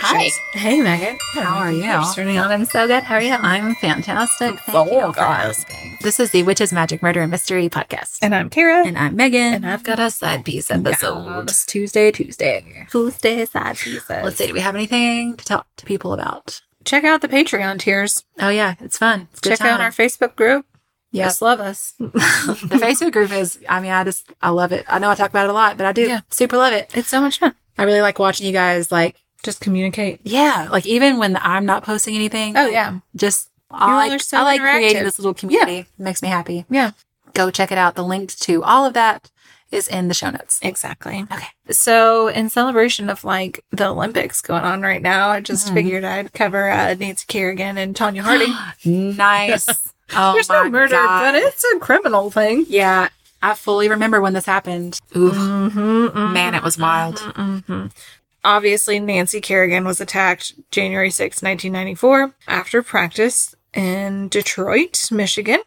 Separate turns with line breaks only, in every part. Hi.
Hey, Megan.
How are you?
You're starting out. I'm so good. How are you? I'm fantastic. Thank
Oh,
you for
God.
asking. This is the Witches, Magic, Murder, and Mystery podcast.
And I'm Tara.
And I'm Megan.
And
I've got a side piece
Yeah.
It's Tuesday, Tuesday.
Tuesday side pieces.
Let's see. Do we have anything to talk to people about?
check out the Patreon tiers.
Oh, yeah. It's fun. It's a good
Check out
time.
our Facebook group.
Yes.
Just love us.
the Facebook group is, I mean, I just, I love it. I know I talk about it a lot, but I do
Yeah.
super love it.
It's so much fun.
I really like watching you guys, like,
Just communicate.
yeah, like even when I'm not posting anything.
Oh yeah.
Just, I
all are
like,
so
I like creating
interactive.
this little community. It makes me happy.
Yeah.
Go check it out. The link to all of that is in the show notes.
Exactly.
Okay.
So in celebration of like the Olympics going on right now, I just
Mhm.
figured I'd cover uh, Nancy Kerrigan and Tanya Harding.
Nice. Oh
There's
my
no murder,
God.
but it's a criminal thing.
Yeah. I fully remember when this happened. Oof. Mm-hmm, Man, it was wild.
hmm Obviously, Nancy Kerrigan was attacked January 6, 1994, after practice in Detroit, Michigan.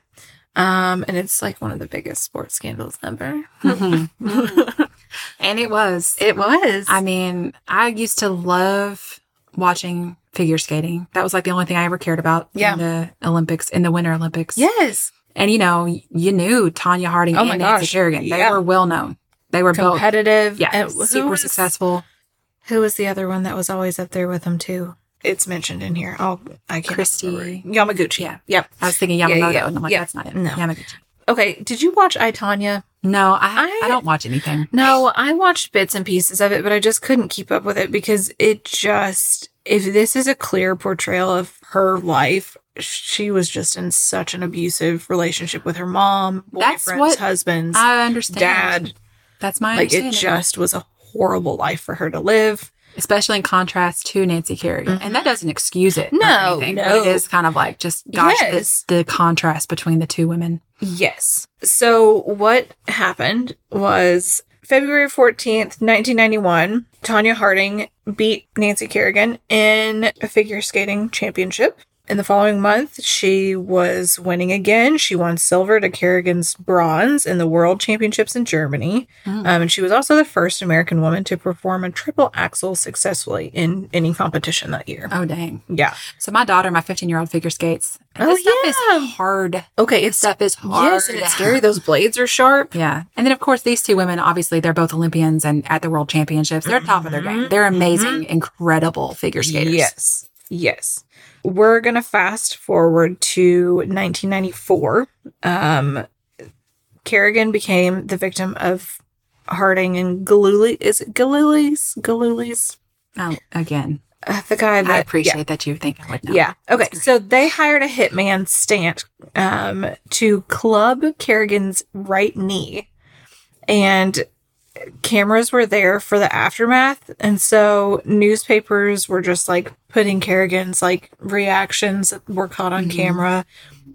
Um, and it's like one of the biggest sports scandals ever. Mm-hmm.
and it was.
It was.
I mean, I used to love watching figure skating. That was like the only thing I ever cared about
Yeah.
in the Olympics, in the Winter Olympics.
yes.
And you know, you knew Tanya Harding
Oh
and
my
Nancy
gosh.
Kerrigan. They
Yeah.
were well known. They were both
Competitive.
yeah,
Uh, who
super
was-
successful.
Who was the other one that was always up there with them, too? It's mentioned in here. Oh, I can't.
Christy.
remember. Yamaguchi.
Yeah.
Yep.
I was thinking
Yeah,
Yamamoto,
yeah,
and I'm like,
yeah.
that's not it.
No.
Yamaguchi.
Okay. Did you watch I, Tanya?
No, I, I
I-
don't watch anything.
No, I watched bits and pieces of it, but I just couldn't keep up with it because it just, if this is a clear portrayal of her life, she was just in such an abusive relationship with her mom,
That's
boyfriends,
what
husbands,
I understand.
dad.
That's my
Like it
understanding.
just was a horrible life for her to live.
Especially in contrast to Nancy Kerrigan. And that doesn't excuse it. or
Mm-hmm. No,
anything,
no.
But it is kind of like just, gosh,
Yes.
it's the contrast between the two women.
Yes. So what happened was February 14th, 1991, Tanya Harding beat Nancy Kerrigan in a figure skating championship. In the following month, she was winning again. She won silver to Kerrigan's bronze in the World Championships in Germany.
Mm.
Um, and she was also the first American woman to perform a triple axel successfully in any competition that year.
Oh, dang.
Yeah.
So my daughter, my 15 year old, figure skates. And
Oh,
this stuff
yeah.
is hard.
Okay.
This stuff is hard.
yes, and it's scary. Those blades are sharp.
Yeah. And then, of course, these two women, obviously, they're both Olympians and at the World Championships. They're top of their game. They're
Mm-hmm.
amazing, incredible figure skaters.
Yes. Yes. We're going to fast forward to 1994. Um, Kerrigan became the victim of Harding and Galuli. Is it Galuli's? Galuli's?
Um, again,
Uh, the guy that.
I appreciate that you think I would know.
Yeah. yeah. Okay.
great.
So they hired a hitman, Stant, um, to club Kerrigan's right knee. And cameras were there for the aftermath. And so newspapers were just like putting Kerrigan's like reactions that were caught on
Mhm.
camera.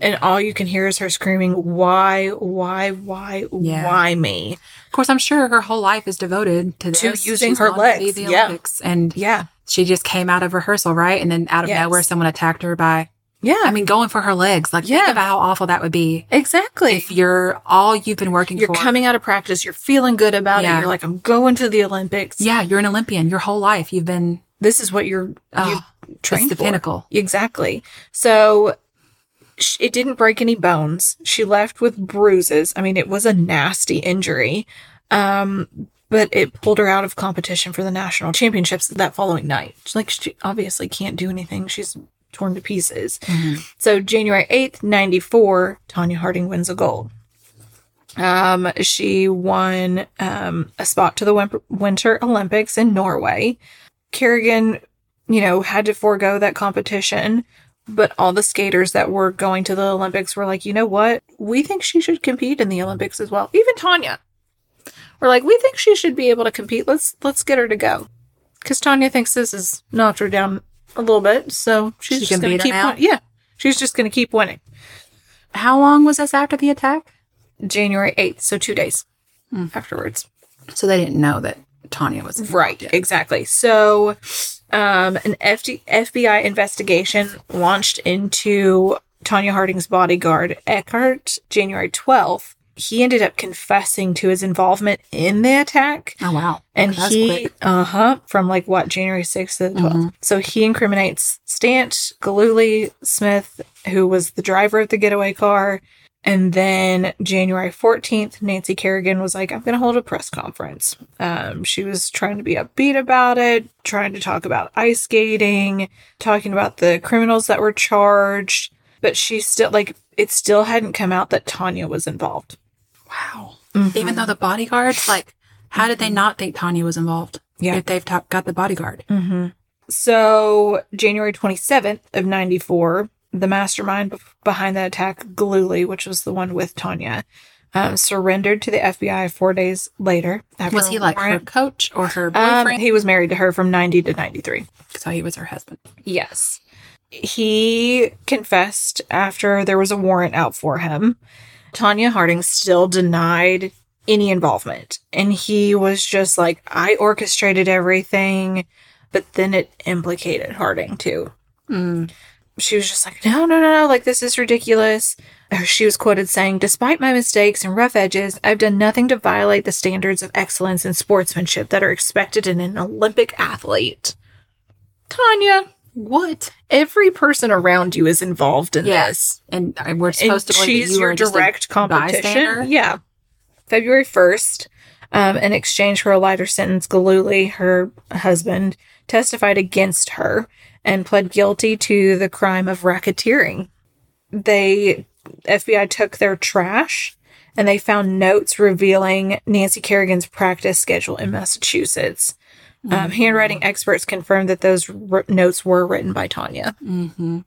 And all you can hear is her screaming, Why, why, why,
Yeah.
why me?
Of course, I'm sure her whole life is devoted to this.
To using
She's
her
wanted to be
legs,
the
yeah.
Olympics. And
Yeah.
she just came out of rehearsal, right? And then out of
Yes.
nowhere, someone attacked her by,
Yeah.
I mean, going for her legs. Like, think
Yeah.
about how awful that would be.
exactly.
If you're all you've been working
You're
for.
coming out of practice, you're feeling good about
Yeah.
it. You're like, I'm going to the Olympics.
yeah, you're an Olympian. Your whole life, you've been
this is what you're
Oh,
you
it's
trained
the
for.
pinnacle.
Exactly. So sh- it didn't break any bones. She left with bruises. I mean, it was a nasty injury. Um, but it pulled her out of competition for the national championships that following night. Like she obviously can't do anything. She's torn to pieces.
Mm-hmm.
So January 8th, 94, Tanya Harding wins a gold. Um, she won um, a spot to the Wim- Winter Olympics in Norway. Kerrigan, you know, had to forego that competition, but all the skaters that were going to the Olympics were like, you know what? We think she should compete in the Olympics as well. Even Tanya. We're like, we think she should be able to compete. Let's let's get her to go. Because Tanya thinks this has knocked her down a little bit, so she's
She
just
can
gonna
beat her
keep
now?
win- yeah. She's just gonna keep winning.
How long was this after the attack?
January 8th, so two days
Hmm.
afterwards.
So they didn't know that Tanya was.
Right, exactly. So, um, an FD- FBI investigation launched into Tanya Harding's bodyguard, Eckhart, January 12th. he ended up confessing to his involvement in the attack.
Oh wow.
And
That's
he,
quick. Mm-hmm.
uh huh, from like what, January 6th to the 12th. So he incriminates Stant, Galuli, Smith, who was the driver of the getaway car. And then January 14th, Nancy Kerrigan was like, I'm going to hold a press conference. Um, she was trying to be upbeat about it, trying to talk about ice skating, talking about the criminals that were charged. But she still, like, it still hadn't come out that Tanya was involved.
Wow.
Mm-hmm.
Even though the bodyguards, like, how did they not think Tanya was involved?
Yeah.
If they've top got the bodyguard.
Mm-hmm. So, January 27th of 94, the mastermind bef- behind the attack, Gluli, which was the one with Tanya, um, surrendered to the FBI four days later. after
Was he
a
like her
warrant.
coach or her
Um,
boyfriend?
he was married to her from 90 to 93.
so he was her husband.
Yes. He confessed after there was a warrant out for him. Tanya Harding still denied any involvement. And he was just like, I orchestrated everything. But then it implicated Harding too.
Mm.
She was just like, no, no, no, no. Like, this is ridiculous. Or She was quoted saying, Despite my mistakes and rough edges, I've done nothing to violate the standards of excellence and sportsmanship that are expected in an Olympic athlete. Tanya
What?
every person around you is involved in
Yeah.
this.
And uh, we're
And
supposed to believe
she's
that you
your
were just a-
direct
bystander?
competition. Yeah. February 1st, um, in exchange for a lighter sentence, Galuli, her husband, testified against her and pled guilty to the crime of racketeering. They, FBI took their trash and they found notes revealing Nancy Kerrigan's practice schedule in Massachusetts.
Mm-hmm.
Um, handwriting experts confirmed that those r- notes were written by Tanya.
Mhm.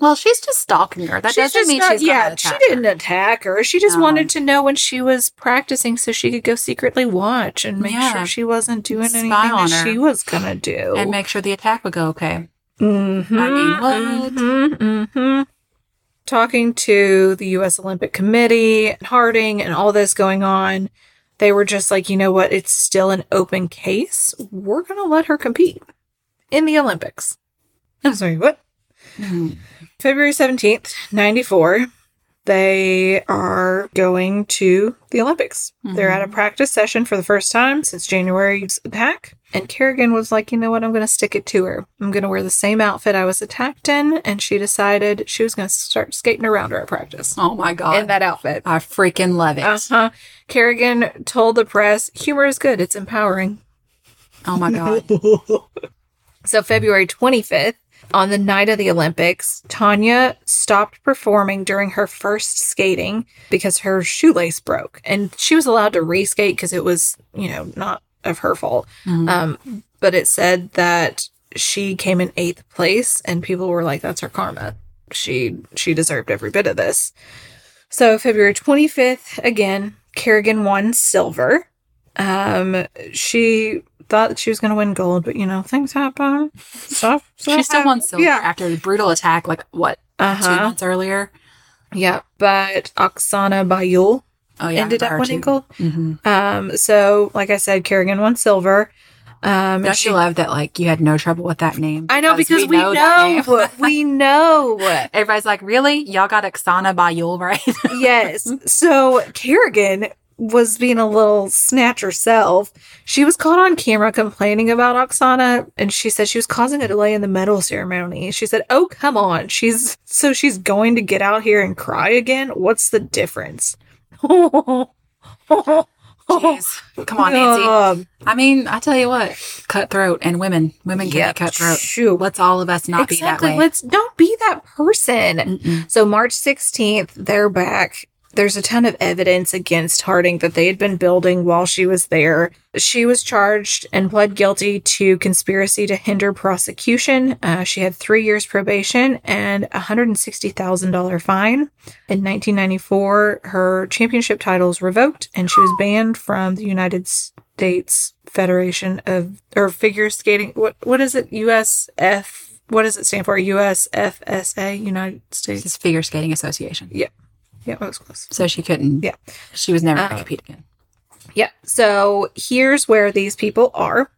Well, she's just stalking her. That doesn't mean she's gonna
yeah, she
attack
didn't attack her. She just
No.
wanted to know when she was practicing so she could go secretly watch and make
Yeah.
sure she wasn't doing
Spy
anything
on
that
her.
she was gonna do.
her and make sure the attack would go okay.
Mhm,
I mean, what?
mhm, mhm. Talking to the U.S. Olympic Committee, and Harding, and all this going on, they were just like, you know what? It's still an open case. We're gonna let her compete in the Olympics. I'm sorry, what?
Mhm.
February 17th, 94, they are going to the Olympics. They're at a practice session for the first time since January's attack. And Kerrigan was like, you know what? I'm going to stick it to her. I'm going to wear the same outfit I was attacked in. And she decided she was going to start skating around her at practice
Oh my god.
in that outfit.
I freaking love it.
Uh huh. Kerrigan told the press, humor is good, it's empowering.
oh my god.
So, February 25th, on the night of the Olympics, Tanya stopped performing during her first skating because her shoelace broke. And she was allowed to re skate because it was, you know, not of her fault.
Mhm.
Um, but it said that she came in eighth place, and people were like, that's her karma. She she deserved every bit of this. So February 25th, again, Kerrigan won silver. Um, she thought that she was going to win gold, but you know, things happen. Stuff.
She still won silver
Yeah.
after the brutal attack, like what
Uh
two
huh.
months earlier.
Yeah. But Oksana Bayul
Oh yeah,
ended up winning gold.
Mm-hmm.
Um, so like I said, Kerrigan won silver. Um,
Don't you love that? Like you had no trouble with that name.
I know because we,
that name.
know. we know.
Everybody's like, really? Y'all got Oksana Bayul, right?
yes. So Kerrigan was being a little snatch herself. She was caught on camera complaining about Oksana and she said she was causing a delay in the medal ceremony. She said, "Oh, come on. She's so she's going to get out here and cry again. What's the difference?"
Jeez. Come on, Nancy.
Um,
I mean, I tell you what, cutthroat and women, women can
yeah,
be cutthroat.
shoot.
Let's all of us not
exactly.
be that way.
Let's don't be that person.
Mm-mm.
So March 16th, they're back. There's a ton of evidence against Harding that they had been building while she was there. She was charged and pled guilty to conspiracy to hinder prosecution. Uh, she had three years probation and a $160,000 fine. In 1994, her championship title was revoked and she was banned from the United States Federation of or Figure Skating. What what is it? USF. What does it stand for? USFSA, United
This
States.
is Figure Skating Association.
Yeah, that was close.
So she couldn't.
Yeah.
She was never going to
Uh,
compete again.
Yeah. So here's where these people are.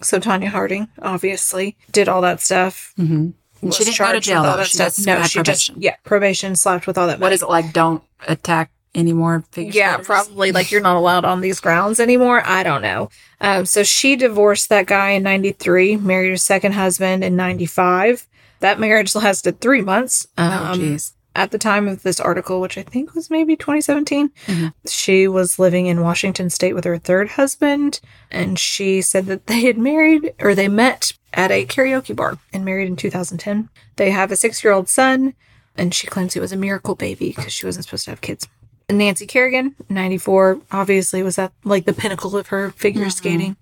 So Tanya Harding obviously did all that stuff.
Mm-hmm. And
was
she didn't go to
charged
jail,
with all
though.
that
She
stuff.
just
no,
had
she
probation.
just yeah probation slapped with all that.
What
money.
is it like? Don't attack any more figure
yeah,
skaters.
probably like you're not allowed on these grounds anymore. I don't know. Um, so she divorced that guy in 93, married her second husband in 95. That marriage lasted three months.
Oh,
Um,
jeez.
at the time of this article, which I think was maybe 2017,
Mhm.
she was living in Washington state with her third husband. And she said that they had married or they met at a karaoke bar and married in 2010. They have a six year old son, and she claims he was a miracle baby because she wasn't supposed to have kids. Nancy Kerrigan, 94, obviously was at like the pinnacle of her figure skating.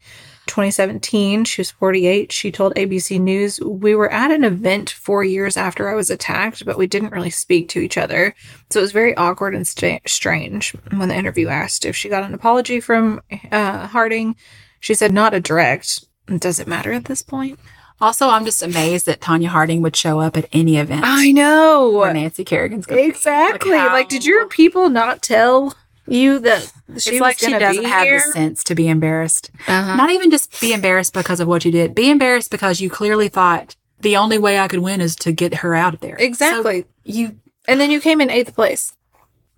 2017, she was 48. She told ABC News, We were at an event four years after I was attacked, but we didn't really speak to each other. So it was very awkward and sta strange. When the interview asked if she got an apology from uh, Harding, she said, Not a direct. Does it matter at this point?
Also, I'm just amazed that Tanya Harding would show up at any event.
I know.
where Nancy Kerrigan's going.
Exactly.
Like
Like,
how-
did your people not tell you that
it's
she was
like she
gonna
doesn't
be
have
here?
the sense to be embarrassed.
Uh-huh.
Not even just be embarrassed because of what you did. Be embarrassed because you clearly thought the only way I could win is to get her out of there. So
Exactly.
you
and then you came in eighth place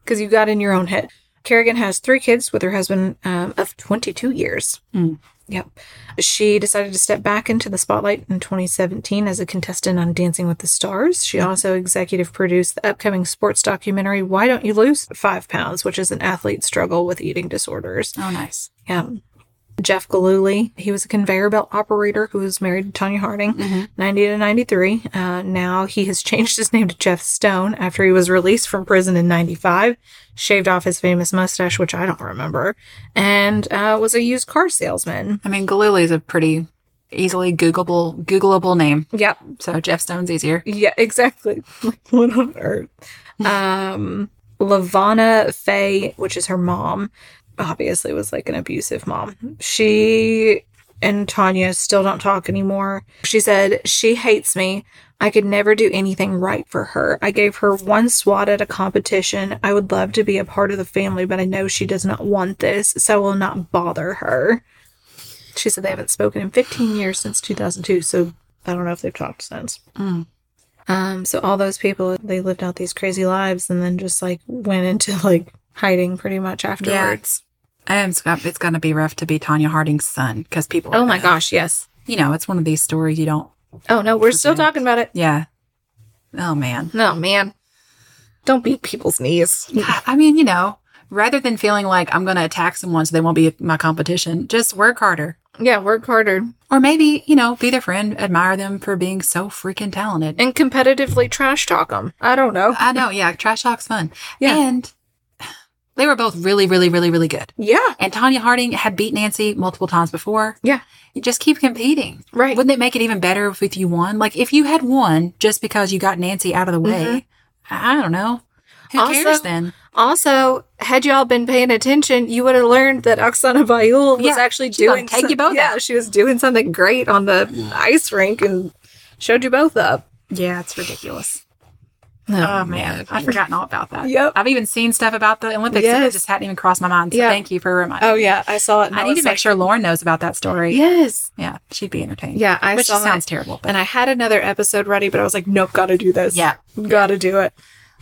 because you got in your own head. Kerrigan has three kids with her husband um, of 22 years.
Mm.
Yep. She decided to step back into the spotlight in 2017 as a contestant on Dancing with the Stars. She also executive produced the upcoming sports documentary, Why Don't You Lose Five Pounds, which is an athlete's struggle with eating disorders.
Oh nice.
Yeah. Jeff Galooly, he was a conveyor belt operator who was married to Tanya Harding, 90 to 93. Uh, now he has changed his name to Jeff Stone after he was released from prison in 95, shaved off his famous mustache, which I don't remember, and uh, was a used car salesman.
I mean Galuli is a pretty easily Googleable Googleable name.
Yep.
So Jeff Stone's easier.
Yeah, exactly. Like, what on earth? Um, Lavana Faye, which is her mom, obviously was like an abusive mom. She and Tanya still don't talk anymore. She said, She hates me. I could never do anything right for her. I gave her one swat at a competition. I would love to be a part of the family, but I know she does not want this, so I will not bother her. She said they haven't spoken in 15 years since 2002, so I don't know if they've talked since. Um, so all those people, they lived out these crazy lives and then just like went into like hiding pretty much afterwards.
Words. And it's got- it's gonna be rough to be Tanya Harding's son because people are
Oh my
gonna-
gosh, yes.
you know, it's one of these stories you don't
Oh no, we're still talking about it.
yeah. Oh man.
No, man. Don't beat people's knees.
I mean, you know, rather than feeling like I'm going to attack someone so they won't be my competition, just work harder.
Yeah, work harder
Or maybe, you know, be their friend, admire them for being so freaking talented.
and competitively trash talk them. I don't know.
I know, yeah, trash talk's fun.
Yeah.
And they were both really, really, really, really good.
Yeah,
And Tanya Harding had beat Nancy multiple times before.
yeah,
You just keep competing.
right.
Wouldn't it make it even better if- if you won? Like, if you had won just because you got Nancy out of the way, I I don't know. Who
Also-
cares then?
also, had y'all been paying attention, you would have learned that Oksana Bayul was
Yeah,
actually
she's gonna
doing
take you both
Yeah,
out.
she was doing something great on the ice rink and showed you both up. Um,
Yeah, it's ridiculous.
No.
Oh man, I'd forgotten all about that.
Yep.
I've even seen stuff about the Olympics that
Yes.
just hadn't even crossed my mind. So
Yeah.
thank you for reminding.
oh yeah, I saw it. and
I need
was
to make
like,
sure Lauren knows about that story.
Yes.
Yeah, she'd be entertained.
Yeah, I
which
saw
sounds
it.
terrible. But
And I had another episode ready, but I was like, nope, gotta do this.
Yeah.
Gotta do it.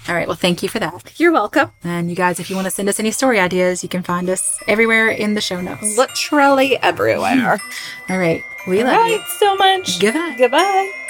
all right, well, thank you for that.
You're welcome.
And you guys, if you want to send us any story ideas, you can find us everywhere in the show notes.
Literally everywhere.
All right, we
All
love you.
right, so much.
Goodbye.
Goodbye.